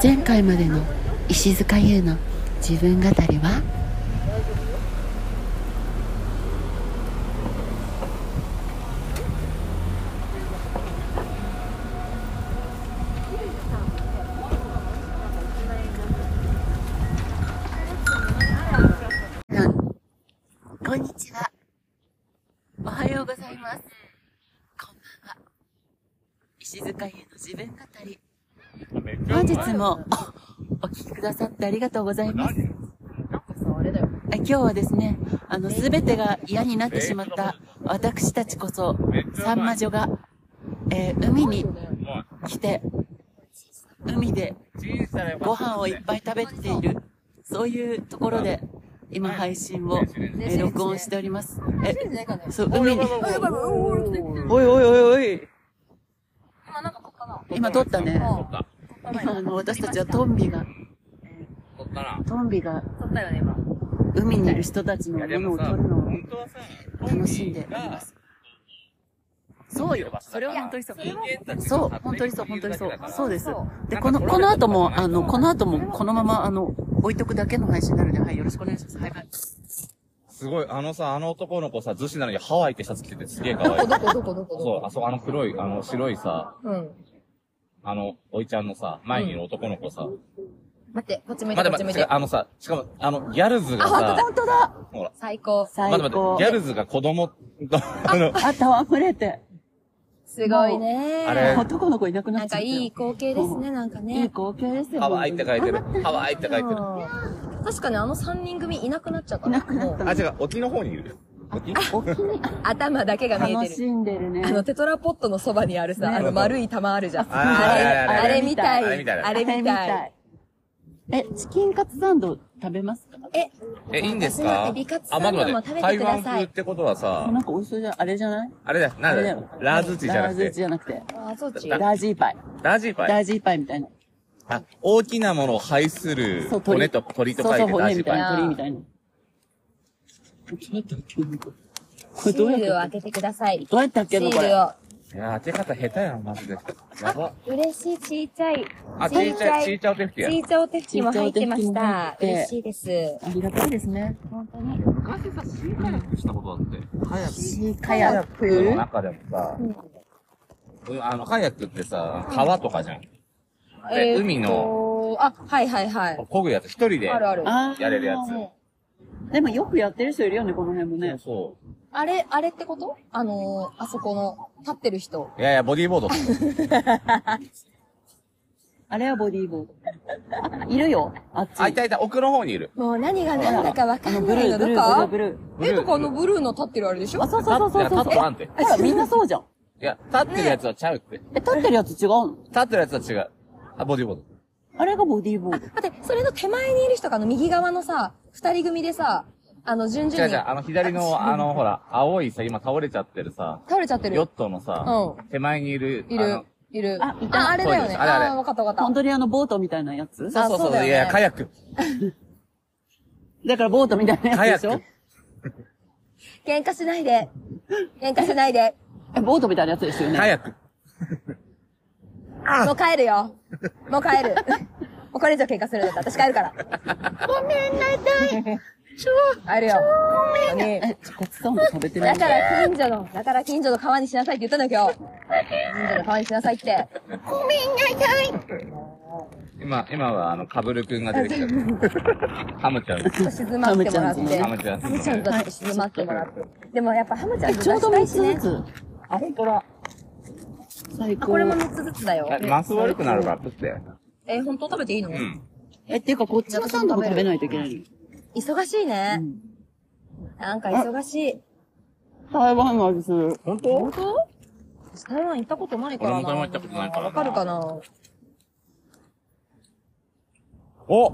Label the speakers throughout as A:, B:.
A: 前回までの石塚優の自分語りはこんにちは。おはようございます。こんばんは。石塚優の自分語り。本日もおお聞きくださってありがとうございます。あ今日はですね、あの、すべてが嫌になってしまった私たちこそ、サンマ女が、えー海に来て、海でご飯をいっぱい食べている、そういうところで、今配信を、えー録音しております。え、そう、海に、おいおいおいおい、
B: 今なんか撮ったな。
A: 今撮ったね。
B: 撮
C: った。
A: 今あの、私たちはトンビが、
C: 撮ったな。
A: トンビが
B: 撮ったよね、今。
A: 海にいる人たちのものを撮るのを、
C: 当はさ、
A: 楽しんでおります。そうよ。それは本当にそう。そう、本当にそう、本当にそう。そうです。で、この、この後も、あの、この後も、このまま、あの、置いとくだけの配信になるので、はい、よろしくお願いします。はい、はい。
C: すごい、あのさ、あの男の子さ、逗子なのにハワイってシャツ着ててすげえ可愛い。
D: どこどこどこど
C: そう、
D: こ
C: あそこ、あの黒い、あの白いさ、
D: うん。
C: あの、おいちゃんのさ、前にいる男の子さ。
D: 待って、こっち向い
C: 待
D: て、
C: って
D: こ
C: 待っ
D: っち向い
C: て、違う
D: て。
C: あのさ、しかも、あの、ギャルズが
D: あ、本当だ、
C: さ、
D: 本当だ
C: ほら、
D: 最高。
A: 最
C: 待って待っ
A: 高
C: て、ギ。ャルズが子供と、あの、
A: あ、戯れて。
D: すごいね。
C: あれ
A: 男の子いなくな
D: な
A: っ
D: ん
A: ちゃっ
D: か
A: たよ。
D: いい光景ですね、なんか
A: いい
D: ね。
A: 光景ですよ。
C: ハワイって書いてる。ハワイって書いてる。
D: うん確かにあの3人組いなくなっちゃった
A: いなくなった
D: も
C: あ、違う、沖の方にいる。沖
A: お気に
D: う頭だけが見
A: 楽
D: えて
A: し
D: る。
A: んでるね。
D: あの、テトラポットのそばにあるさ、
A: ね
D: あの丸い玉あるじゃん。
C: あれあれ
D: あ
C: あれ
D: れみたい。
C: あれみたい
D: あれみたい。。
A: え、チキンカツサンド食べますか
D: え、
C: え、いいんです
D: 私の
C: か
D: エビカツサ
C: あ、
D: ンド
C: 待
D: も
C: って待って。
D: 食べて
C: 台
D: くだ
C: 湾
D: さ
C: 風っ
D: い。
C: てことはさ、
A: なんか美味しそうじゃん。あれじゃない
C: あれだ、な
A: あ
C: ん
A: れだ
C: だ
A: よ、
C: ラーズチじゃ
A: ラ
C: な
A: ー
C: く
A: ズチ
C: て、
A: じゃなくて。
D: あ、そっち。
A: ラージーパイ。
C: ラージーパイ。
A: ラージーパイみたいな。
C: あ、大きなものを排する
A: そう、鳥
C: 骨と鳥と
A: そう
C: 書い
A: そう、
C: てラー
A: 骨
C: ジ
A: み
C: ーパ
A: たい
C: イ。
A: な、鳥みたいな。ちょっと待ってこれ
D: シ
A: どう
D: ールを
A: やっ
D: 開
A: て、
D: けてください。シ
A: どうやって開け
D: ー
A: る
D: ル
A: のこれ。
D: を。
C: いやー、当て方下手やん、マジで。やば。
D: 嬉しい、ちいちゃい。
C: あ、ちーちゃい、ちーちゃお手拭き
D: チ
C: や。
D: ーチャお手拭きも入ってま
A: チーチャオ手拭き
D: し。
A: も入ったて
D: 嬉しいです。
A: ありがたいですね。
D: 本当に。
C: 昔さ、シーカヤックしたことあって。カヤック。
A: シーカ
C: カ
A: ヤ
C: ヤ
A: ッ
C: ッ
A: ク。
C: クの中でもさ、うんあの、カヤックってさ、川とかじゃん。で、海の、
D: の。あ、はいはいはい。
C: こぐやつ、一人で。
D: あるある。
A: あー
C: やれるやつ
A: でもよくやってる人いるよね、この辺もね。
C: そうそ
D: あれ、あれってことあのー、あそこの、立ってる人。
C: う。いやいや、ボディーボード。
A: あれはボディーボード。あいるよ、あっち。
C: あ、いたいた、奥の方にいる。
D: もう何が
A: あら
D: 何だかわか
A: あの、
D: ん
A: ブ
D: な
A: ルー、
D: いの
A: ブル
D: と
A: ー、
D: か
A: ブルー、ブル
C: ブル
D: え、
C: ー
D: とかあのブルーの立ってるあれでし
A: ー。あ、
D: ょ
A: そうそうそうそうそう
C: 立。ってなんて
A: えほら、みんなそうじゃん。
C: いや、立ってるやつはちゃうって。
A: え、立ってるやつ違うの
C: 立ってるやつは違う。あ、ボディーボード。
A: あれがボディーボード。
D: 待って、それの手前にいる人かあの右側のさ、二人組でさ、あの、順
C: 違
D: 々
C: う
D: に
C: 違う、あの左の、あの、ほら、青いさ、今倒れちゃってるさ、
D: 倒れちゃって
C: ヨッ
D: る。
C: トのさ、
D: う
C: 手前にいる、
D: い
C: あ
D: る
C: の、
D: いる。
A: あ
D: あ
A: い、た
D: あれだよ
C: そうで
D: ね。
C: すあれあれ
D: あー、わかったわか
A: 本
D: っ
A: 当にあの、ボートみたいなやつ
D: あ
C: そうそう
D: そう
C: そ
D: だ
C: う、
D: よね
C: いやいや、カヤック。
A: だからボートみたいな
C: カヤ
A: やつでし
C: ッ
A: ょ
C: ク。
D: た。喧嘩しないで。喧嘩しないで。
A: え、ボートみたいなやつですよね。
C: カヤック。
D: もう帰るよ。もう帰る。 もうこれ以上喧嘩するんだったら私帰るから。ごめんなさい。帰るよ。
A: え、チコツサンド食べてな
D: だ
A: い
D: から近所の、だから近所の川にしなさいって言ったんだよ、今日。近所の川にしなさいって。
C: 今、今は、あの、カブルくんが出てきたけ ど。ハムちゃん。
D: ちょっと静まってもらって。
A: ハ
C: ハムちゃん。
D: ハムちゃんとちょっと静まってもらって。でもやっぱハムちゃん
A: え、
D: と
A: ちょうど3つずつ。
C: あ、ほんとだ。
A: 最
D: あ、
A: 高。
D: これも3つずつだよ。
C: えマス悪くなるから、食って。
D: えー、本当食べていいの、
C: うん。
A: え、っていうかこっちのサンドも食べないといけない
D: 忙しい
A: の。う
D: ね。
A: ん。
D: なんか忙しい。
A: 台湾の味する。
C: ほんと
D: 本当私台湾行ったことないからな。
C: 俺も台湾行ったことないからな
D: わかるかな
C: お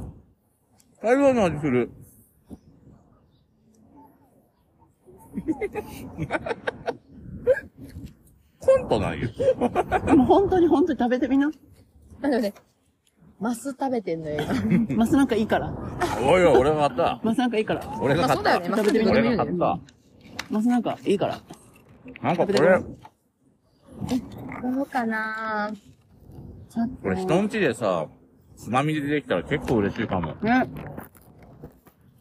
C: 台湾の味す る。コントないよ。
A: でも本当に本当に食べてみな。
D: なんだよね。マス食べてんのよ、今。
A: マスなんかいいから。
C: おいおい、俺が買った。
A: マスなんかいいから。
C: 俺が買った。
D: まあそうだよね
C: 俺が買った。
A: マスなんかいいから。
C: なんか
A: 食
C: こ
A: べて
C: れ
A: み、
D: どうかな
C: これ人んちでさ、つまみでできたら結構嬉しいかも。
A: ね。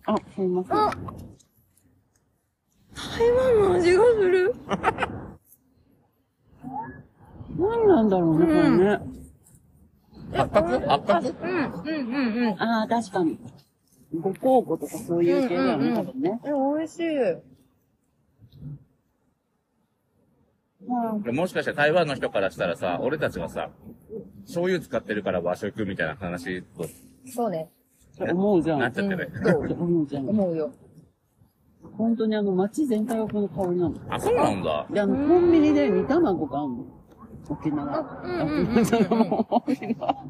A: あ、すいません。
D: 台湾の味がする。
A: 何なんだろうね、これね。
C: 八角八角
E: うん、うん、うん、うん。
A: ああ、確かに。五交互とかそういう系だよ
E: うん
A: ね、
E: うんう
A: 多
E: ん
A: 分ね。
D: え、美味しい。
C: でもしかしたら台湾の人からしたらさ、俺たちはさ、醤油使ってるから和食みたいな話と
D: そうね。
A: そう思うじゃ
C: なっ
A: ん。
C: ちゃってね。
D: どう
A: 思うじゃん。
D: 思うよ。
A: 本当にあの、街全体がこの香りなの。
C: あ、そうなんだ。
A: で、あの、コンビニで煮卵があんの。沖縄。
D: うん
A: あ
D: うんうん
A: 沖縄も沖縄。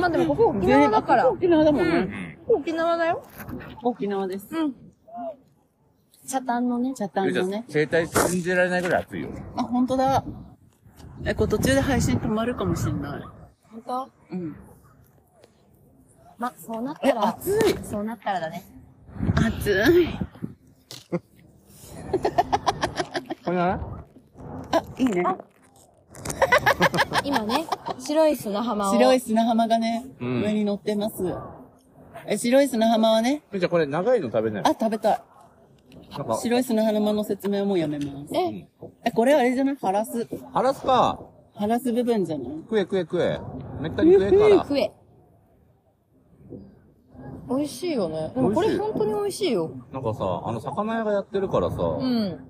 D: まあでもここ沖縄だから。
A: 全員あ沖縄
D: こ
A: だもん
C: う
A: ね。
C: ん。
D: こ沖縄だよ。
A: 沖縄です。
D: 北端のね。
A: 北端
C: じゃ
A: の
C: あ
A: ね。
C: 携帯信じられないぐらい熱いよ。
A: あ、本当だ。え、これ途中で配信止まるかもしれない。
D: 本当
A: うん。
D: まあ、そうなっ
A: え、
D: たら、
A: 暑い。
D: そうなったらだね。
A: 暑い。
C: これない
A: あ、いいね。
D: 今ね、白い砂浜を。
A: 白い砂浜がね、
C: うん
A: 上に乗ってます。え、白い砂浜はね、
C: じゃあこれ長いの食べない
A: あ、食べたい。
C: なんか、
A: 白い砂浜の説明はもうやめます。
D: え
C: ん
A: え、これあれじゃないハラス。
C: ハラスか。
A: ハラス部分じゃない
C: 食え食え食え。めったに食えから。
D: 食え。美味しいよね。でもこ
C: 美味し
D: れ
C: い
D: 本当に美味しいよ。
C: なんかさ、あの、魚屋がやってるからさ、
D: うん。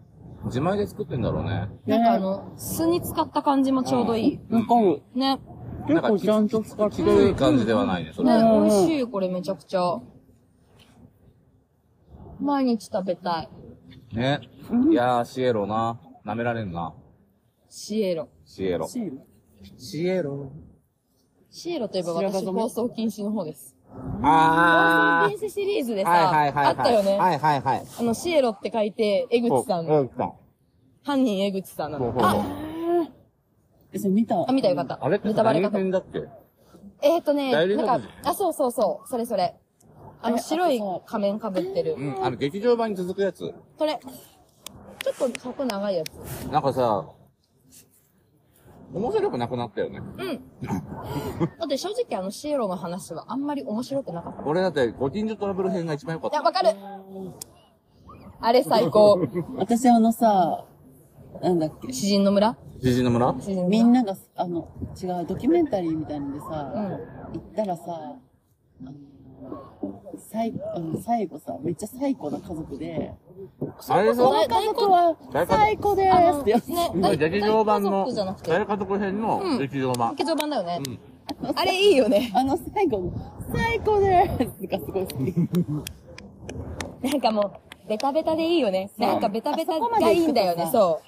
C: 自前で作ってんだろうね。
D: なんかあの、酢に使った感じもちょうどいい。
A: わかる。
D: ね。
A: 結構ちゃんと使って
C: ひ
A: る。
C: どい感じではないね、それ
D: ね、
C: ね。
A: うん
D: 美味しいよ、これめちゃくちゃ。毎日食べたい。
C: ね。いやー、シエロな。舐められんな。
D: シエロ。
C: シエロ。
A: シール
C: シエロ。
D: シエロといえば
A: 白髪
D: 私
A: 染め
D: 放送禁止の方です。放
C: あ
D: 送禁止シリーズで
C: ー。
D: さ、
C: はいはいはいはい。
D: あったよね。
C: はいはいはい。
D: あの、シエロって書いて、江口さん
C: そ
D: の。
C: う江口さん。
D: 犯人江口さんな
C: そう
D: の。
C: そうそう。
A: え、それ見た
D: あ、見たよかった。
C: あれって
D: ネタバレ
C: 何
D: かと
C: 編だっけ
D: えーとね、
C: 代理
D: な
C: の
D: んか、あ、そうそうそう、それそれ。あの、白い仮面かぶってる
C: う。ん、あの、劇場版に続くやつ。
D: それ。ちょっと尺長いやつ。
C: なんかさ、面白くなくなったよね。
D: だって正直あの、シエロの話はあんまり面白くなかった。
C: 俺だって、ご近所トラブル編が一番良かっ
D: いや、
C: た。
D: わかるあれ最 高。
A: 私あのさ、なんだっけ。
D: 詩人の村
C: じじの村
D: 詩人の村。
A: みんなが、あの、違う、ドキュメンタリーみたいのでさ、
D: うん
A: 行ったらさ、あの、最あの最後さ、めっちゃ最高な家族で、
C: あれでしょ
D: 大
A: 家族は
C: 大家族
A: 最高で
D: あ
A: ーす
D: の
A: ってやつ。
D: ね、大
C: 劇場版
D: 大家
C: の
D: 族じゃなく、て、
C: 大家族編の劇場版。
D: 劇場版だよね。
C: うん
D: あれいいよね。
A: あの最後の、最高でーすがすごい好き。
D: なんかもう、ベタベタでいいよね。なんかベタベタ
A: あそこま
D: が
A: で
D: い
A: 行くとさ
D: いんだよね、そ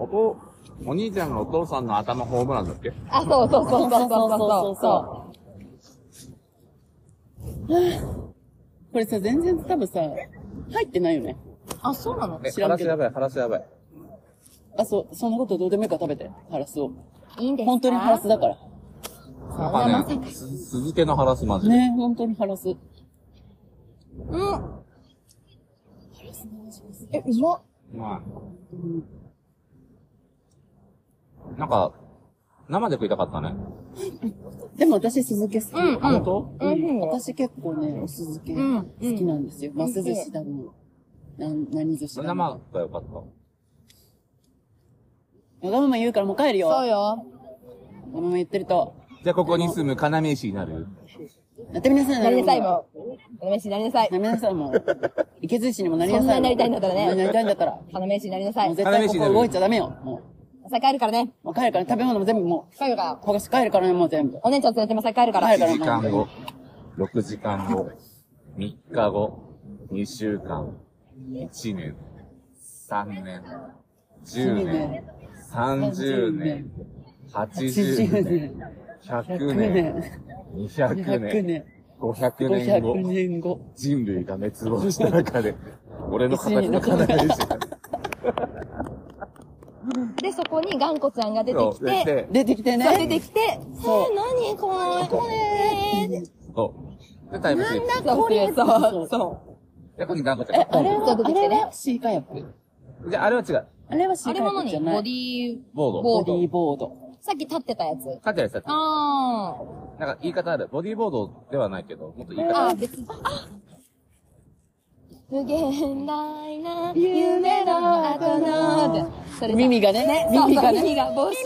C: おと、お兄ちゃんがお父さんの頭ホームランだっけ
D: う。あ、そうそうそうそうそうそうそう
A: う。これさ、全然多分さ、入ってないよね。
D: あ、そうなの
C: え、
A: 知ら
C: ハラ
A: ん
C: ス
A: けど
C: やばい、ハラスやばい。
A: あ、そう、そんなことどうでもいいから食べて、ハラスを。
D: いいんですか
A: 本当にハラスだから。
C: なんかね、す続けのハラスマジで。
A: ね、本当にハラス。
D: うん。え、うまっ。
C: まあ。なんか、生で食いたかったね。
A: でも私、酢漬け好き。
D: うんうん
A: あ本当
D: うん
A: 私結構ね、お酢漬け
D: うん
A: 好きなんですよ。マス寿司だもん。なん、何寿司だもん。
C: 生が良かっ
A: わがまま言うからもう帰るよ。
D: そう
A: よ。
D: よ。
A: わがまま言ってると。
C: た。じゃあ、ここに住む金飯になる
A: なってみなさい、
D: なりなさい、
A: も
D: もう。なめし、なりなさい。
A: なめなさい、 もう。いけずしにもなりなさい。
D: そんなになりたいんだったらね
A: そんなになりたいんだったら。
D: 花めし、なりなさ
A: もう
D: い。
A: 絶対ここ動いちゃダメよ。も
D: お酒帰るからね。
A: う。もう帰るから、食べ物も全部も
D: 帰るから
A: う、。焦がし帰るからね、もう全部。
D: お姉ちゃん連れても酒帰るから。
A: 帰る
C: ?1 時間後、6時間後、3日後、2週間、1年、3年、10年、30年、80年、100
A: 100
C: 年、
A: 年。
C: 200
A: 100
C: 年、
A: 年。
C: 500年後
A: 500。年後。
C: 人類が滅亡した中で、俺の形の金飯が
D: で、そこに頑固ちゃんが出てき
C: 出
D: て、
C: て、
A: 出てきて
D: そう出
A: ね。
D: てきて、え
A: そう
D: ー、何この声
C: そう。で、タイムスリップ。
D: これそう
A: う。そう。
C: で、ここに頑固ちゃ
A: えあ
C: ん、
A: れ
C: ポン
A: は
D: そう出、てき
A: あれ
D: てね
A: はシーカヤップ。
C: と。じゃあ、あれは違う。
A: あれはシ
D: あ
A: ーカ
D: れ
A: ヤ
D: も
A: ップ
D: 何
A: じゃな
D: ボ
A: い
D: デ。ィー、
C: ボード。
D: ボ
A: ボディーボード。
D: さっき立ってたやつ。
C: 勝てやつだった。
D: あ
C: なんか言い方ある。ボディーボードではないけど、もっと言い方あ
D: あ
C: る。
D: 別に。
F: 無限大な夢の後のって
D: それさ
A: 耳がね
D: そうそう
A: 耳がね
D: 耳が帽子をさ、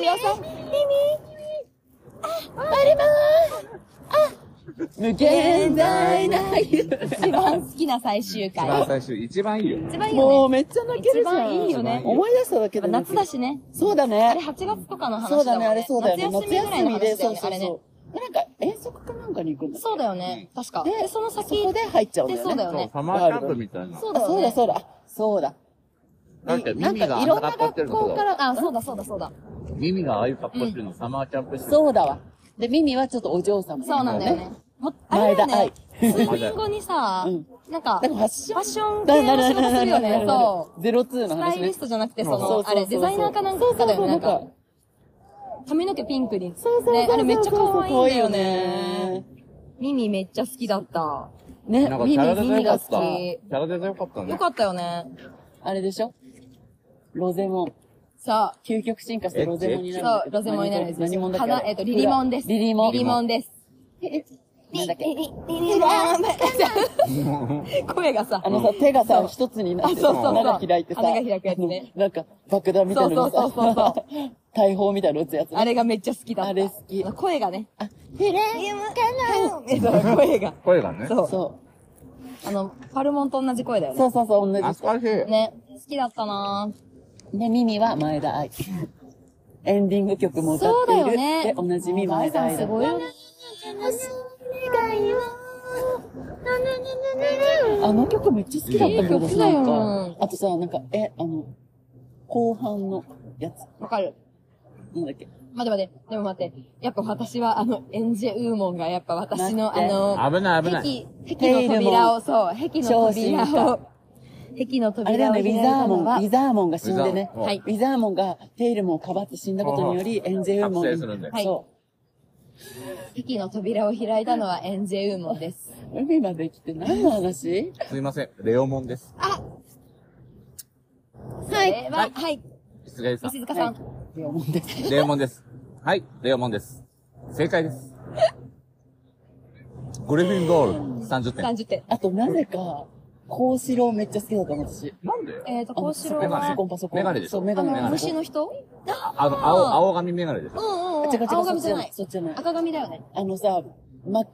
A: 無限大な
D: 一番好きな最終
C: 一番
D: 回。
C: 最初、一番いいよ。
D: 一番いい
A: も
D: よ
A: うめっちゃ泣けるじゃん。
D: 一番いいよね
A: 思い出しただけ
D: ね。
A: で泣け
D: 夏
A: る
D: だしね。
A: そうだ
D: あれ
A: ね。
D: 8月とかの
A: そう
D: 話だ
A: だ
D: も
A: ね、
D: んね。
A: あれそうだよね。
D: 夏休
A: 夏休
D: みぐらいの
A: みで、
D: 話だよ
A: そう
D: ね、
A: そ
D: あ
A: う
D: れね。
A: そう。なんか遠足かなんかに行くんだ
D: そうだよね。確か。
A: で
D: で、その
A: そ
D: 先
A: こで入っちゃうんだ
D: で
A: よね。
D: そうだよね。
G: サマーキャンプみたいな。
D: そう
A: あ
D: だよ
A: そうだ
D: ね。
A: そうだ。あそうだ。
G: だって
A: なん
G: 耳が
A: か
G: あ
A: い
G: んな
A: ろんな
G: 格好してる
A: 学
G: の
A: 校か
G: と、
A: ら、
D: あ、そうだそうだそうだ。
G: 耳がああいう格好してるの、サマーキャンプしてる。
A: そうだわ。で、ミミはちょっとお嬢様。
D: そうなんだよね。もあ
A: 前
D: れ
A: 田
D: だね
A: 愛。。
D: スイミングにさ
A: うん、
D: なんか、
A: な
D: フ
A: んかフ
D: ァ
A: ァッション
D: ッション系の仕事するよね。そう。
A: う。ゼロツーの
D: スタ
A: 話
D: イリ
A: ね
D: ス。トじゃなくて、そ
A: そうそう
D: の、
A: そう
D: あれ、デザイナーかなんかだよね、なんか。髪の毛ピンクに。
A: そうそうそうそう。
D: ね、あれめっちゃ可愛いんだよ
A: 可愛いよ
D: ね。。
F: 耳めっちゃ好きだった。
A: ね
G: なん、かキ
A: ミミ
G: ャラデザ
A: ミ
G: 良
A: ミ
G: か
A: が
G: っ
A: 好
G: た。
A: き。
G: キャラデザ良かったね
D: よ。かったよね。
A: あれでしょロゼモン。
D: さあ、
A: 究極進化してロゼモンになるんだ
D: そ
A: け
D: う、
A: ど。
D: ロゼモンになるんです
A: 何者だっけ
D: 花、えっと、リリモンです。
A: リリモン。
D: リリモンです。
A: なんだっけ
D: 声がさ
A: あ、のさ、手がさ、一つになってさ、
D: あそうそうそう
A: 穴が開いてさ、
D: 穴が開くやつね
A: あの。なんか、爆弾みたいなの
D: そうそうそう
A: さ、 大砲みたいなの打つやつね。
D: あれがめっちゃ好きだった。
A: あれ好き
D: 声がね。
A: へれ
D: えっと、声が。
C: 声がね。
D: そう。
A: そ
D: あの、パルモンと同じ声だよ
A: う。
D: ね。
A: そうそうそう、同じ。
C: 懐かしい。
D: ね。好きだったなぁ。
A: で、ミミは前田愛。エンディング曲も歌っている。
D: そうだよね
A: で、おなじみ前田愛だ。
D: すごいよね。
A: あの曲めっちゃ好きだったけど、
D: いい曲だよ
A: なんか。あとさ、なんか、え、あの、後半のやつ。
D: わかる。
A: なんだっけ。
D: 待って待って。でも待って。やっぱ私は、あの、エンジェウーモンがやっぱ私の、
A: 待
D: あ
A: って
D: の、
C: 危ない危ない。
D: 壁、壁の扉を、そう、壁の扉
A: 超進化
D: を、壁の
A: あれだよ
D: 扉を
A: ね、
D: 開
A: ウ
D: い
A: ィザ
D: た
A: ーモン
D: の、は
A: ウ、ィザーモンが死んでね。
C: ウィザーモンはい
A: ウィザーモンがテイルモンをかばって死んだことにより、エンジェウーモン
C: 覚醒するんだよ
A: に。そ
D: 壁の扉を開いたのはエンジェウーモンです。
A: う。海まで来て何の話
C: すいません。レオモンです。
D: はい。はい。
C: 失礼さ
D: 石塚さん。
A: って思うんです。
C: ん。レオモンです。はい、レオモンです。正解 です。グリフィンドール、30点。
D: 30点。
A: あと、なぜか、幸四郎めっちゃ好きだったの、私。
C: なんで
D: えっと、
A: あの
D: 幸四郎
A: パソ
D: は、
A: コン、パソコン。
C: メガネでしょ
A: そう、メガ
D: あ
A: ネ。メ
D: の、
A: ガネ
D: 虫の人
C: あの、青、青髪メガネでしょ
D: うんうんう
A: 違
D: ん。
A: う違う、
D: 青髪じゃない。
A: そっちじゃない。
D: 赤髪だよね。
A: あのさ、マッ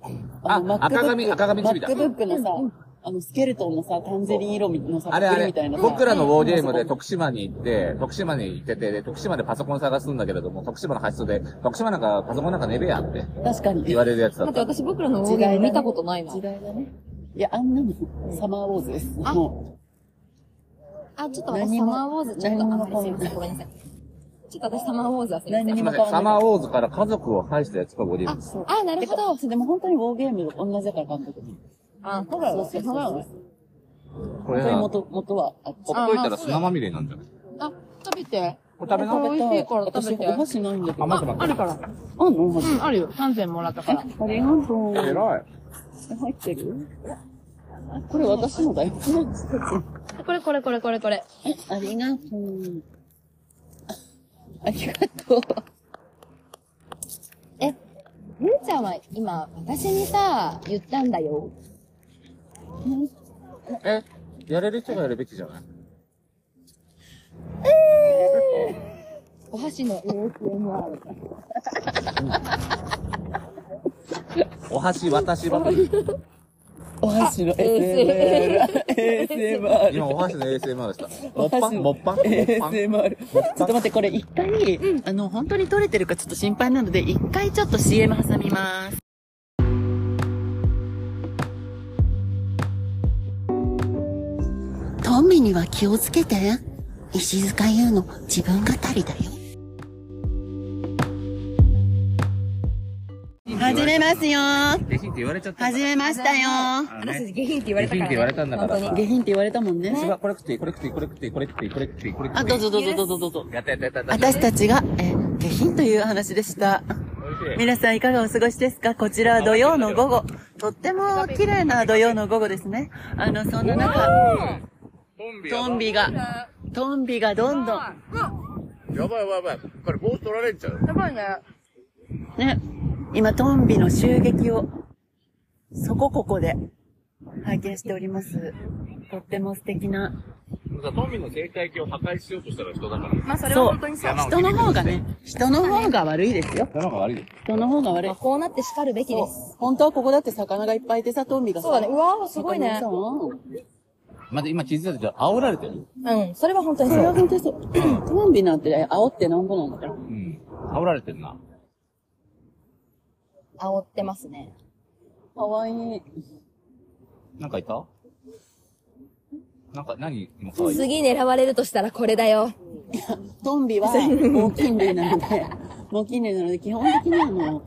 C: あ赤髪赤髪
A: マ
C: チビ
A: ッ
C: だ
A: クブックのさ、あの、スケルトンのさ、タンゼリン色のさ、
C: あれあ
A: パクリ
C: れ
A: みたいな、さ
C: 僕らのウォーゲームで徳島に行って、徳島に行ってて、で徳島でパソコン探すんだけれども、徳島の発想で、徳島なんかパソコンなんかねべやって
A: 確かに。
C: 言われるやつだ
D: 待
C: っ
D: って、
C: た。
D: 私僕らの大
A: 時
D: 喜
A: 代
D: 利
A: だね
D: 見たことないな
A: 時。代だね。いや、あんなの、サマーウォーズです。
D: あ
A: も
D: あ、ちょっと
A: 何
D: 私
A: に
D: サ
A: も
D: マーウォーズちょっと、
A: 何に
D: あ
A: も
D: んまりすいません。ごめんなさい。ちょっと私サマーウォーズはすいませ
A: 何
C: す
A: に
C: い
D: ん。
A: も
C: ません、サマーウォーズから家族を返したやつがゴリラです。
D: あ、あ、な
A: う。
D: る
A: て
D: ほ
A: か
D: ど。
A: そうでも本当にウォーゲームと同じだから、監督。
D: あ、ほ
A: そうそうそう
D: あ、
C: こ
A: 本
C: れ
A: 当に
C: な、ほっ
A: 元、元はあっち。
C: といたら砂まみれになんじゃない
D: 食べて。
C: これ食べな
A: 食べたい。
D: 食べて
A: 私、お箸ないんだけど。
C: あ、待って待って。
D: るから。
A: あんのお箸。
D: うん、あるよ。3点もらったから。
A: ありがとう。
C: 偉い。
A: 入ってるこれ私のだよ。
D: これこれこれこれこれ。
A: ありがとう。ありがとう。
D: え、ゆうちゃんは今、私にさ、言ったんだよ。
C: え、やれる人がやるべきじゃない
D: お箸の ASMR。
C: お箸私ばか り。
A: お箸の
D: ASMR
A: SMR。ASMR。
C: 今お箸の ASMR でした。も
A: お
C: っぱ
A: 箸
C: ん
A: の
C: もっぱんもっぱん
A: ASMR。ちょっと待って、これ一回、あの、本当に撮れてるかちょっと心配なので、一回ちょっと CM 挟みます。
B: トンビには気をつけて。石塚優の自分語りだよ。
A: 始めますよ
C: 下品って言われちゃったんだ
B: 始めましたよ。
C: から。ね
D: 私、下品って言われたから、
C: 下品っ
D: ね。
C: て言われたんだから
D: 本当に。
A: 下品って言われたもんね。
C: 私はこれ食っていい、これ食っていい、これ食っていい、これ食っていい、これ食っていい、これ食ってい
A: あ、
C: い。
A: どうぞどうぞどうぞどうぞ。
C: やったやったやったやった。
A: 私たちが、えー下品という話でした。
C: 美味しい
A: 皆さんいかがお過ごしですかこちらは土曜の午後。とっても綺麗な土曜の午後ですね。あの、そんな中、トンビが、トンビがどんどん、
G: やばいやばいやばい。これ棒取られちゃう。
A: ね、今、トンビの襲撃を、そこここで、拝見しております。とっても素敵な。
H: さ、トンビの生態系を破壊しようとしたら人だから。
I: まあ、それ
A: そう
I: は本当にそう。
A: 人の方がね、人の方が悪いですよ。
C: なんか悪いです。
A: 人の方が悪い
D: まあ、。こうなって叱るべきです。
A: 本当はここだって魚がいっぱいいてさ、トンビがさ。
D: そうだね。うわー、すごいね。
A: そう
C: まだ今気づいたけど、煽られてる。
D: うん。それは本当に
A: そ
D: そ
A: れは
D: う。
A: 本当に そう。トンビなんて煽ってなんぼなんだから。
C: うん。煽られてるな。
D: 煽ってますね。
A: かわいい。
C: なんかいたなんか、何今可愛い。
D: 次狙われるとしたらこれだよ。
A: トンビは、猛禽類なの で、猛禽類なので、基本的にはもう、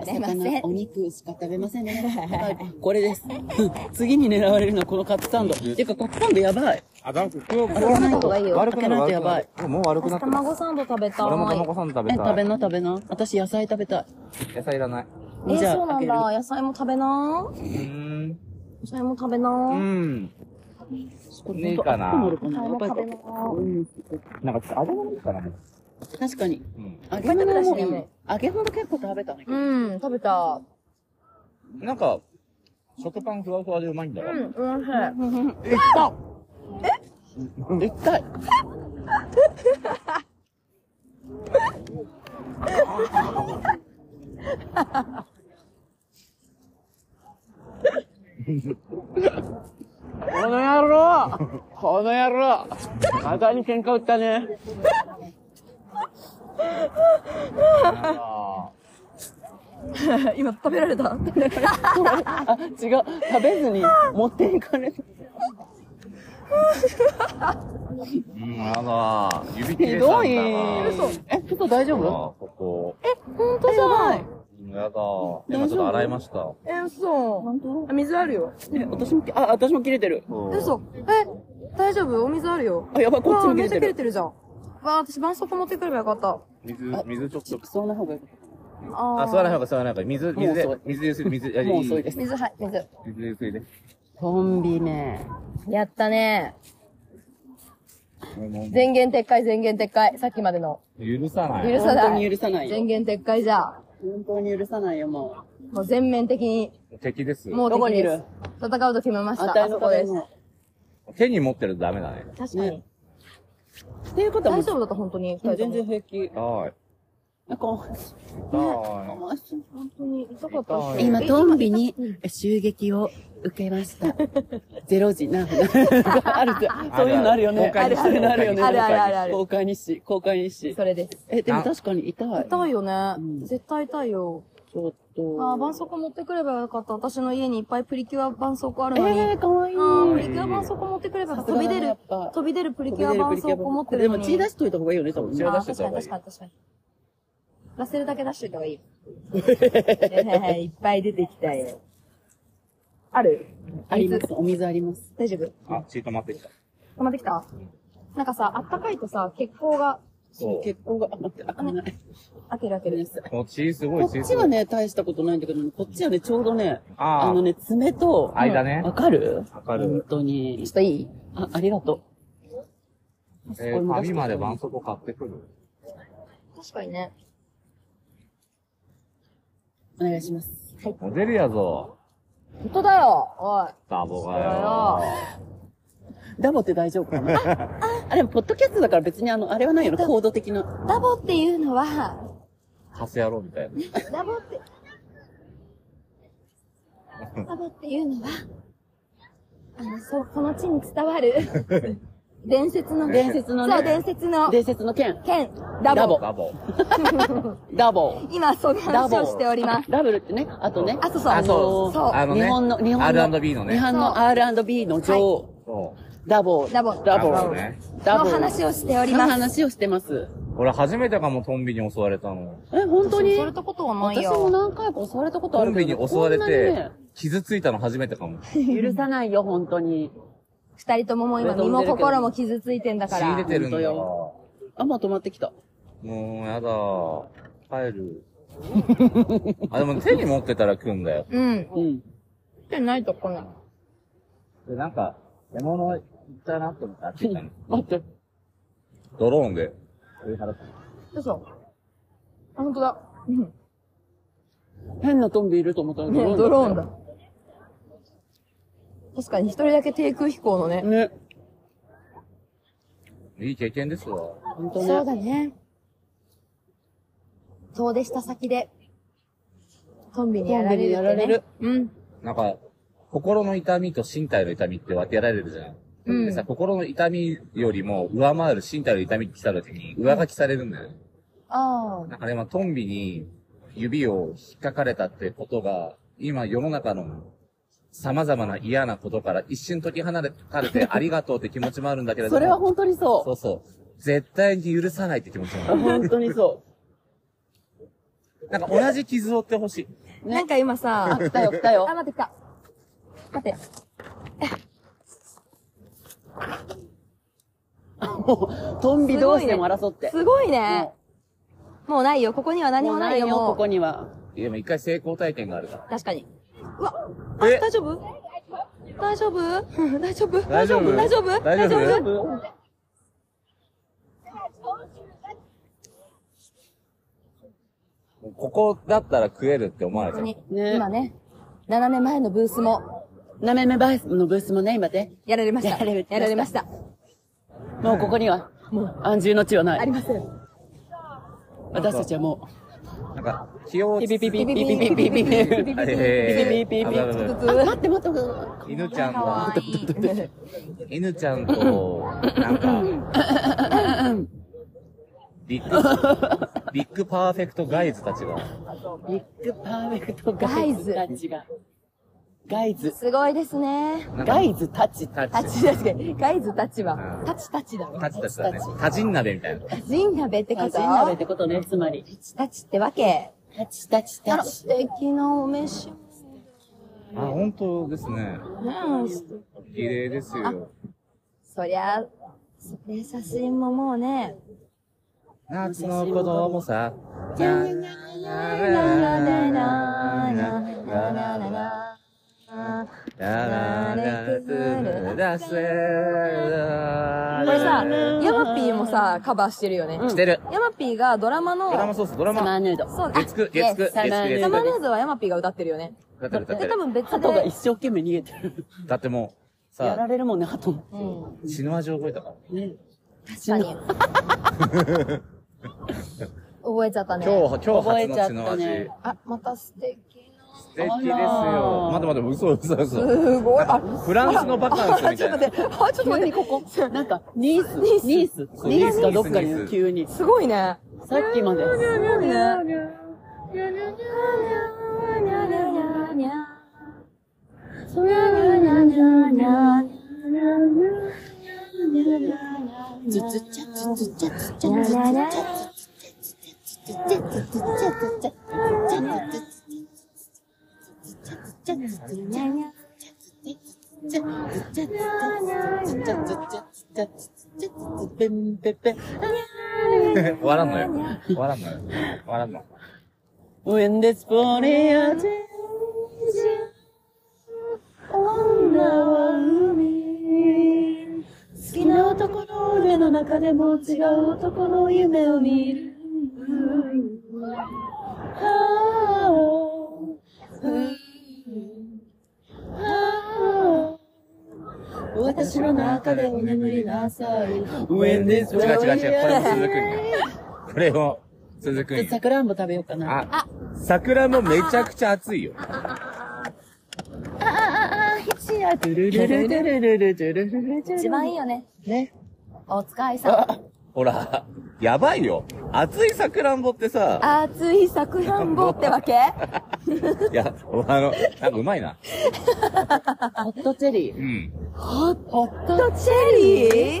D: 食べません
A: 魚、お肉しか食べま せんね。はいこれです。 次に狙われるのはこのカツサンド。ていうか、カツサンドやばい。
C: あ、ダンク、今日、
D: 食べない方がいいよ。
C: 悪くなる、悪くなる。もう悪くなってる。
D: 卵サンド食べたい。
C: 俺も卵さん食
A: え、
C: べたい。
A: 食べな、食べな。私、野菜食べたい。
C: 野菜いらない。
D: えー、
A: じゃあ
D: そうなん
A: あ
D: だ。野菜も食べな
C: うーん。
D: 野菜も食べな
C: う
D: 野
C: ん。
A: これ
C: ねえかな
A: 本当熱くな
D: 菜
A: る
D: も
A: かなやっぱ
D: 食べ
A: り
D: な
A: うん。
C: なんか、揚げ物かな、もう。
A: 確かに。
C: うん。
A: 揚げ物
D: 食
A: も、
D: べたしね
A: 揚げ物結構食べたね。
D: うん、食べた。
C: なんか、食パンふわふわでうまいんだよ。
D: うん、おいしい。
A: 一回え一回この野郎この野郎またに喧嘩売ったね。
D: 今食べられた
A: あ、違う。食べずに持っていかれる。
C: うん、やだー。指切
A: ひ
C: れたんだ
A: ど
C: な。
A: い。え、ちょっと大丈
C: あ
A: 夫
C: ーここ。
D: ほんとじゃん。
C: うんやだー。今ちょっと洗いました。
I: え、嘘。
A: 本当
I: あ水あるよ。
A: え、私もき、あ、私も切れてる。
C: 嘘。
I: 嘘。え、大丈夫お水あるよ。
A: あ、やばい、こっち
I: わあ
A: も切
I: めっ
A: れ
I: ちゃ
A: て
I: 切れ
A: る。
I: てるじゃん。わあ、私、絆創膏持ってくればよかった。
C: 水、水ちょっと。
A: そんな方がいい。
I: あ
C: あ、吸わない方が吸わない方がいい。水、水で
A: もう遅、
C: 水で吸い、水、いやいい
A: もう遅いです。
D: 水、はい、水。
C: 水で吸いで。
A: コンビね。
D: やったね。
C: も
D: 全言撤回、全言撤回。さっきまでの。
C: う許さない。
D: 許さ
A: 本当
D: な
A: に
D: い。
A: 許さない
D: 全
A: よ。
D: 言撤回じゃ。
A: 本当に許さないよ、も
D: もう全面的に、
C: 敵です。
D: もう
A: どこ
D: 敵
A: にい
D: で
A: る
D: す。戦うと決めま
A: う。
D: した。
A: あ
D: あ
A: たり
D: そ
A: の
D: こ
A: 壁
D: です。
A: も。
C: 手に持ってるとダメだね。
D: 確かに
A: ね。っていうことはもう
D: 大丈夫だった、本当に。二人と
A: 全
D: も
A: 然平気。
C: はい。
A: なんか、
C: は
D: 本当に痛かったっすよ。
A: 今、トンビに襲撃を受けま した。ゼロ時何分あるじゃん。そういうのあるよね。
C: あるある
A: そういうのあるよね。
D: あるあるあるある
A: 公開日誌、公開日誌
D: そ。れです。
A: え、でも確かに痛い。
I: 痛いよね
A: ん。
I: 絶対痛いよ。
A: ちょ
I: あ
A: っ
I: あ、
A: と。
I: 絆創膏持ってくればよかった。私の家にいっぱいプリキュア絆創膏ある
A: え
I: のに。
A: ー、かわいい。
I: うん、プリキュア絆創膏持ってくれば飛び出
A: やっ
I: る、
A: ぱ
I: 飛び出るプリキュア絆創膏持って
A: で
I: るのに。
A: も血出しといた方がいいよね、多分ね
C: い。
D: あ
C: 出
D: あ、
C: して
D: 確
C: た
D: か
C: 方
D: に
C: がいい
D: 確かに確かに。ラセルだけ出しといた方がいい。いっぱい出てきたよ。 ある
A: あります。お水あります。
D: 大丈夫
C: い。あ、血止まってきた。
D: 止まってきたなんかさ、あったかいとさ、血行が、
C: そう。
A: 血行が、あ、待って、開かない。
D: 開ける開
A: ご
D: け
A: めんな
D: る。
A: さい。
C: この血すごい
A: こ
C: 血すごい。
A: っちはね、大したことないんだけど、こっちはね、ちょうどね、
C: あー
A: あのね、爪と、
C: 間ね
A: わかる
C: わかる
A: 本当に
D: ちょっ。といい
A: あ、ありがと
C: えー、紙まで絆創膏買ってくる。
D: 確かにね。
A: う。お願いします。
C: モデルやぞ。
D: 本当だよおい。
C: ダボが
D: あ
C: よ。
A: ダボって大丈夫かなあ、あでも、ポッドキャストだから別にあの、あれはないよね、コード的な。
D: ダボっていうのは、
C: カス野郎みたいな。
D: ダボって、ダボっていうのは、あの、そう、この地に伝わる、 伝説の、
A: 伝説のね
D: そう、伝説の、
A: 伝説の剣。
D: 剣、ダボ。
A: ダボ
C: ダボ。
A: ダボ。
D: 今、その話をしております。
A: ダブルってね、あとね。
D: あ、そうそう。
C: あそう
A: のー
D: そう
C: あのね
A: 日本の、日本の。
C: R&B のね
A: 日本の R&B の女王、
C: そう。
A: ダボ。
D: ダボ
A: ダボ。
C: ダボね
A: ダボ。
D: の話をしており
A: の
D: ます。
A: 話をしてます。
C: 俺初めてかも、トンビに襲われたの。
A: え、本当に
I: 襲われたことはない
A: 私も
I: よ。
A: 何回か襲われたこと
C: ト
A: ある
C: ン
A: け
C: ビ
A: ど。
C: に襲われ
A: こん
C: て、傷ついたの初めてかも。
A: なにね許さないよ、本当に。
D: 二人とももう今、身も心も傷ついてんだか
C: 血出
D: ら。
C: てるんだよ。
A: 本あ、まあ止まってきた。
C: もう、やだ。帰る。あ、でも手に持ってたら来んだよ。
D: うん。
A: うん。
I: ってないとこない。
C: で、なんか、獲物行ったなって思ってあっち行ったの。
A: 待って。
C: ドローンで。追い払った
I: 嘘。あ、本当だ。うん。
A: 変なトンビいると思ったらドローン
D: ね、
A: だ
D: ドローンだ。確かに一人だけ低空飛行のね。
A: ね。
C: いい経験ですわ。
A: 本当
J: そう
A: ね。
J: だね。遠出した先で、トンビに
A: ト
J: や
A: ン
J: ら
A: ビ
J: れるって、ね。
A: にやられる。
J: うん。
C: なんか、心の痛みと身体の痛みって分けられるじゃん。
J: うん
C: でさ、心の痛みよりも上回る身体の痛みって来た時に上書きされるんだよね。
J: ああ。
C: なんかでもトンビに指を引っかかれたってことが、今世の中の様々な嫌なことから一瞬解き離れかれてありがとうって気持ちもあるんだけれども。
A: それは本当に
C: そ
A: そう
C: そう。絶対に許さないって気持ちもあ
A: う。本当に そ
C: る。なんか同じ傷を負ってほしい。
A: う。
D: な
A: ね
D: ん。か今さ、
A: 来たよ、来たよ
D: あ、。待ってきた。待って。
A: トンビ同士でも争って。
D: すごいね
A: も。
D: もうないよ。ここには
A: う
D: 何もないよ。
A: もう
D: も
A: こ
D: う
A: こには。
C: でも一回成功体験があるから。
D: 確かに。うわ、あ、
C: え
D: 大丈夫大丈夫大丈夫
C: 大丈夫
D: 大丈夫
C: 大丈夫ここだったら食えるって思われちゃう。
A: ね
J: 今ね、斜め前のブースも
A: なめめバイスのブースもね、今ね。
D: やられました。
A: やられました
D: やられました。
A: もうここには、もう安住の地はな
D: あ
A: い
D: り。ません。
A: 私たちはも
C: なんか、気を
A: う、ピ
C: つ
A: ピ
C: つ
A: ピピピピピピピピ。
C: あえ
A: ピ
C: ー
A: ピピピピ
C: あ危ない危ない
A: あ、待って待って待って。
C: 犬ちゃんが、犬ちゃんと、なんか、ビッグ、ビッグパーフェクトガイズたちが、
A: ビッグパーフェクトガイズたちが。ガイズ。
D: すごいですね。
C: なんか
A: ガイズたち。
C: タ
D: タ
C: ッチ、
D: チ確かに。ガイズタチ
C: う
D: は
C: ん。
D: タチタチだろ。
C: タッチたちだね。タジン鍋みたいな。
D: タチン鍋ってこ
A: タ
D: と
A: チ鍋ってことね、つまり。
D: タチってわけ。
A: タチタチ
D: あ
A: タ
D: ら、
A: チ
D: 素。敵なお召し
C: あ、本当ですね。
D: 物。うん。
C: 綺麗ですよ。
D: そりゃ、そりゃ写真ももうね、
C: 夏の子供さ、
D: これさ、ヤマピーもさ、カバーしてるよね。
C: してる。
D: ヤマピーがドラマの、
C: ドラマそうそう、ドラ
A: サマー
C: マ。
A: ヌード。
D: そう、
C: 月9、
D: イエ
C: 月
D: ス
C: 9、月9、月
D: サマーヌ
C: 9。
D: ーズはヤマピーが歌ってるよね。
C: 歌ってる、歌って
D: で、
C: る
D: 多。分別で。
A: 鳩が一生懸命逃げてる。
C: だってもう、
A: やら
C: さ、
A: れるもんね、鳩も。
D: うん。
C: 死ぬ味覚えたから。
A: ね。
D: 確かに。覚えちゃったね。
C: 今日、今日
A: 覚え
C: 初
A: ちゃ
C: の
A: っ
C: 血
A: たね
C: の味。素
D: あ、また素敵な。
C: 敵です
A: あ
C: よ。
A: ら
C: 待って待って、嘘嘘嘘。
D: すごい。あ、
C: フランスのバカンスみ
D: ちょ
C: た
D: っと
C: い
D: 待
C: な。
D: って。あ、ちょっと待って、ここ。
A: なんか、ニース、ニース、ニースがどっか
C: ニー
A: に
C: ス
A: 急に。
D: すごいね。
A: さっきまで。
D: すごいね。
A: ペンペンペン。
C: 終わらんのよ。終わらんのよ。終わらんの。
A: When this body a t 女は海好きな男の腕の中でも違う男の夢を見る私の中でお眠りなさい。When
C: 違う
A: this
C: 違う違う、こ
A: body
C: れも
A: a
C: 続くんよ。これも続くんよ。
A: さくらんぼ食べようかな。
C: あ、桜もめちゃくちゃ暑いよ。
A: ドゥルルルルルルルルルルル
J: 一番いいよね。
A: ね。
J: お使いさ
C: ほら、やばいよ。暑い桜んぼってさ、
D: 熱いさくらんぼってわけ
C: いや、あの、なんかうまいな。
A: ホットチェリー。
C: うん。
A: ホット
D: チェリー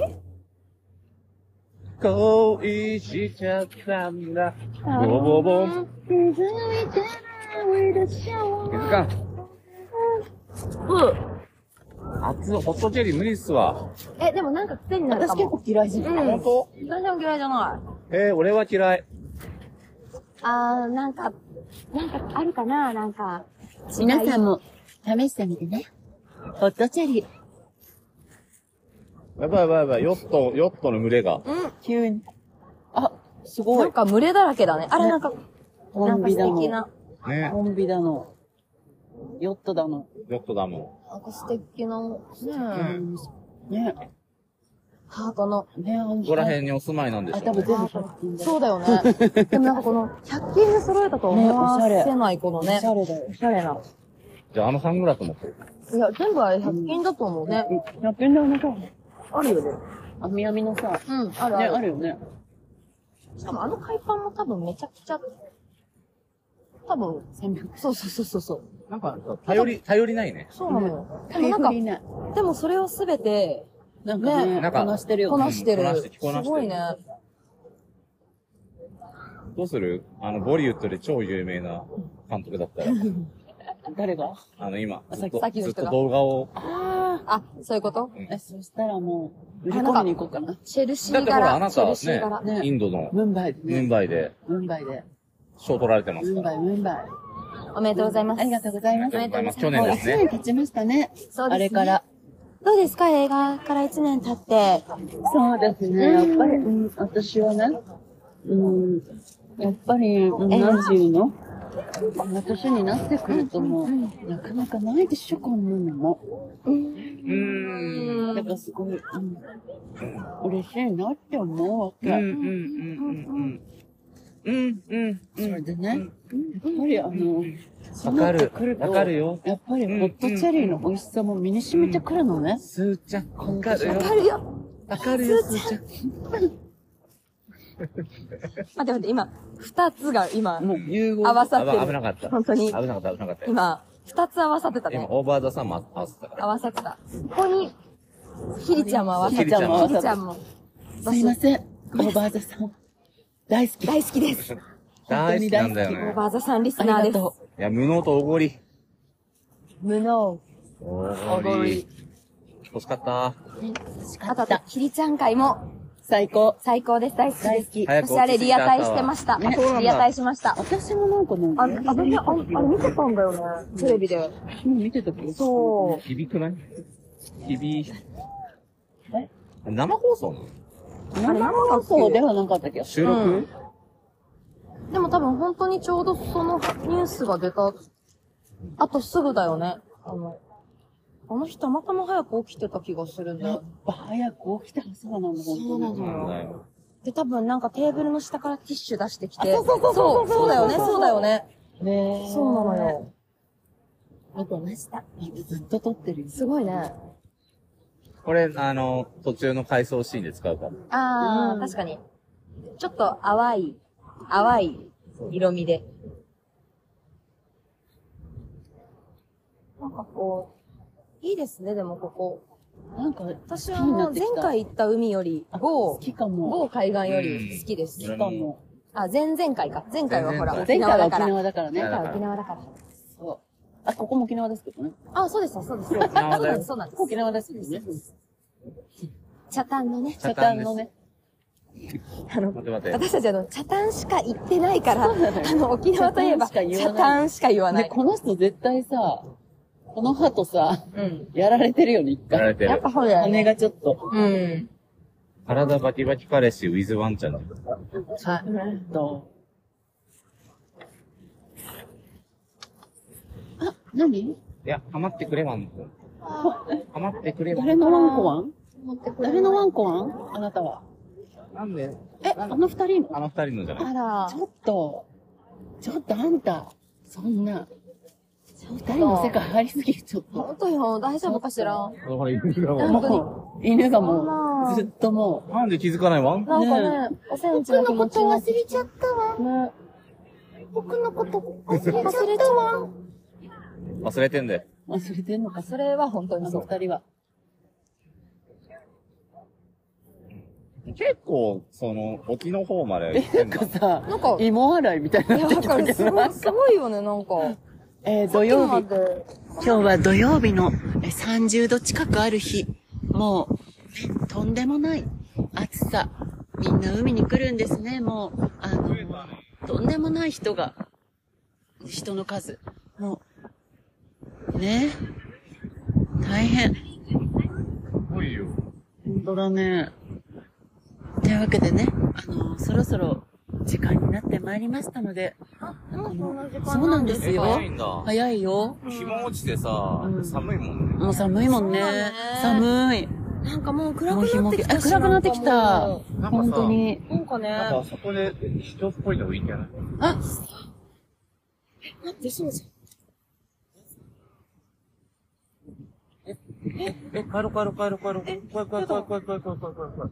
C: 恋しちゃったんだ。ボボボン。気づかん。うん。熱いホットチェリー無理っすわ。
D: ん。え、でもなんか癖になる
A: 私
D: か
A: 結
D: も。
A: 構嫌いじゃん。本当
D: 私も嫌いじゃない。
C: えー、俺は嫌い。
D: あー、なんか、なんかあるかななんか。
J: 皆さんも試してみてね。ホットチェリー。
C: やばいやばいやばい、ヨット、ヨットの群れが。
A: 急に。あ、すご
D: ないん。か群れだらけだね。あれなんか、
A: コ
D: なん
A: ン
D: か
A: ビだ
D: 素
A: も
D: 敵
A: ん。
D: な。
C: ね。
A: コンビだの、ヨットだの。
C: ヨットだも
D: なんか素敵な、ね
A: ねね
D: ハートの。
A: ね
C: ん。ここら辺にお住まいなんでし
A: あ、
C: ょ
A: 多
C: う
A: 分
C: ね。
A: 全部100均だよ。
D: そうだよ ね。でもなんかこの、100均で揃えたと思わせない、この
A: お
D: ね
A: し。ゃれだよ。
D: おしゃれな。
C: じゃあ、あのサングラスもそう。
D: いや、全部あれ100均だと思うね。
A: 100均だよね、多分あるよね。あ、みやみのさ、ね、
D: うん、あるある。
A: あるよね。
D: しかもあの海パンも多分めちゃくちゃ、多分、そうそうそうそうそう。
C: なんか、頼り、頼りないね。
D: そうなのよ。でも
A: な
D: なんん
A: か
D: か、
A: いない。
D: でもそれをすべて、
A: なんかね、
C: ねなんか
A: こなしてるよ
D: こ
A: ね。
D: なしてる。
C: こなして着こなしてる
D: すごいね。
C: どうするあの、ボリウッドで超有名な監督だったら。
A: 誰が
C: あの、今、ずっ
D: さっき
C: と、
D: の
C: ずっ
D: 人
C: と
D: が
C: 動画を。
A: あ
D: あ、そういうこと
A: あ。え、そしたらもう、売り
D: あなんか
A: 込みに行こうかな。
D: チェルシ
C: だ
D: ー
C: ってほら、あ
D: 柄、
C: な
D: チ
C: た
D: ェ
C: ね
D: ルシー柄。
A: ね
C: インドの
A: ムンバイで
C: ムン
A: ね。
C: バイで
A: ムンバイで。
C: 賞取られてます
A: ムン
C: から。
A: バイ、ムンバイ。
D: おめでとうございます。
A: ありがとうございます。
C: ありがとうございま
A: もう一
C: す。去年です
A: 年
C: ね。
A: 経ちましたね。
D: そうですね
A: あれから。
D: どうですか映画から1年経って。
A: そうですね。やっぱり、うん、私はね、うん、やっぱり、うんなんていうのこの年になってくるともう、なかなかないでしょ、こんなのも。
C: うーん。
A: だからすごい、うん、嬉しいなって思うわけ。
C: うんうんうんうんうんうん
A: それでね、やっぱりあの、
C: わかる
A: 来ると
C: わかるよ
A: やっぱりホットチェリーの美味しさも身に染みてくるのね。
C: すーちゃんわかるよ
D: わかるよ。
C: わかるよすーちゃん
D: 待って待って、今、2つが今、
A: もう融合。
D: 合わさって
C: あ危
D: る。
C: なかった
D: 本当に
C: 危なかった危なかった
D: 今、2つ合わさってた
C: 今
D: ね。
C: オーバーザさんも合わせたから
D: 合わさってた。ここに、ひりちゃんも合わさ
C: ひ
D: っ
C: り
D: て
C: ちゃんも合わ
D: た。ひりちゃんも。
A: すいません。オーバーザさん。大好き。
D: 大好きです。
C: 大好きなんだよ
D: オー
C: ね
D: バーザさんリスナーです。
C: いや無能とおごり
D: 無能。
C: お
D: ごり
C: 欲しかった
D: あとあと、ひりちゃん会も
A: 最高。
D: 最高です。大好き
A: 大
D: で
A: 好
D: す。
A: き。
C: 早く
D: 私あれリアタイしてました。
C: そうなんだ
D: リアタイしました。
A: 私もなんかね、
D: あ、あれ、あれ見てたんだよね。テレビで。
A: 私も見てたけど、
D: そう。
C: 響くない響生放送なの
A: 生放送ではなかったけど、
C: 収録
D: でも多分本当にちょうどそのニュースが出た、あとすぐだよね。あの、あの日たまたま早く起きてた気がするんだ
A: や
D: よ
A: っ。ぱ早く起きたらそうなんだ、本当に。
C: そうなんだよ
D: で、多分なんかテーブルの下からティッシュ出してきて。そうそうそうそう。そうだよね、そうだよね。
A: ねえ。
D: そうなの。よ。見てました。
A: ずっと撮ってるよ。
D: すごいね。
C: これあの途中の回想シーンで使うから
D: あー、確かに。ちょっと淡い、淡い色味で。なんかこう、いいですね、でもここ。
A: なんか、
D: 私はもう前回行った海より、
A: 好
D: 某、
A: きかも。
D: 某海岸より好きです。
C: うん
A: 好きかも。
D: あ、前々回か。前回はほら、
C: 前々
A: 前回は沖
D: 沖縄だから。
A: 縄だからね
C: 沖。縄だから
D: 沖縄だから。
A: そう。あ、ここも沖縄ですけどね。
D: あ、そうです、そうです。そう
C: 縄だ
D: なん
C: よ
D: です、そうなんです。
A: 沖縄ですけどね。
D: 茶炭のね。
A: 北端のね。
D: あの、
C: 待って待って
D: 私たちあの、茶炭しか行ってないから、あの、沖縄といえば、
A: 北端しか言わない
D: 茶炭しか言わな
A: で、
D: い。
A: この人絶対さ、このハトさ、
D: うん。
A: やられてるよね、一
C: やら
A: 回。
C: れて
D: やっ
C: る
D: ぱそうだよ
A: 羽
D: ね。
A: がちょっと。
D: うん。
C: 体バキバキ彼氏 with ワンちゃんだよ
A: はい。どうあ、何
C: いや、ハマってくれワンコ。ハマってくれワ
A: 誰
C: ン
A: のワンコワン誰のワンコワンあなたは。
C: なんで
A: え、あの二人の
C: あの二人のじゃない
D: あら
A: ち、ょっと、ちょっとあんた、そんな、二人の世界入りすぎ、ちょっ
D: 本
A: と。
D: 当よ、大丈夫かしら。
C: ほら、犬がも
A: もう、犬がもう、ずっとも
C: う。なんで気づかないワン
D: なんかね、おせんちの気持ちが。忘れちゃったわ。
A: う、ね、
D: 忘れちゃったわ。
C: 忘れてんだよ。
A: 忘れてんのか、
D: それは本当に
A: あ
D: そ
A: の
D: う。
A: 二人は。
C: 結構、その、沖の方まで
A: え
C: 行ってん
A: なん
C: だ
A: か。さ、
D: なんか、い
A: 芋洗いみたいに
D: や、
A: なって
D: わ
A: き
D: か
A: た
D: る。
A: け
D: す
A: ど、
D: ご、
A: ないん
D: す
A: か、
D: ごいよね、なんか。
A: えー、土曜
D: 今ま
A: 日、
D: で
A: 今日は土曜日の、
K: え30度近くある日、もう、ね、とんでもない暑さ。みんな海に来るんですね、もう。あの、とんでもない人が、人の数。もう、ね。大変。
C: すごいよ。
A: 本当だね。
K: というわけでね、あの、そろそろ、
A: 時間になってまいりましたので、
D: もうそんな時間
A: そうなんですよ。
C: 早いんだ。
A: 早いよ。
C: 日も落ちてさ、寒いもんね。
A: もう寒いもんね。
D: そうだね
A: 寒い。
D: なんかもう暗
A: もう日
D: くな
A: も
D: って
A: き、あ
D: きたし。
A: 暗くなってきた。
C: なんか
A: 本当
C: さ、
A: に。
D: なんかね。
C: なんかそこで人っぽいのがいいんじゃない
A: あ、
D: 待って、そうじ
C: え、帰ろう帰ろう帰ろう帰ろう。怖い怖い怖い怖い怖い怖い怖い怖い。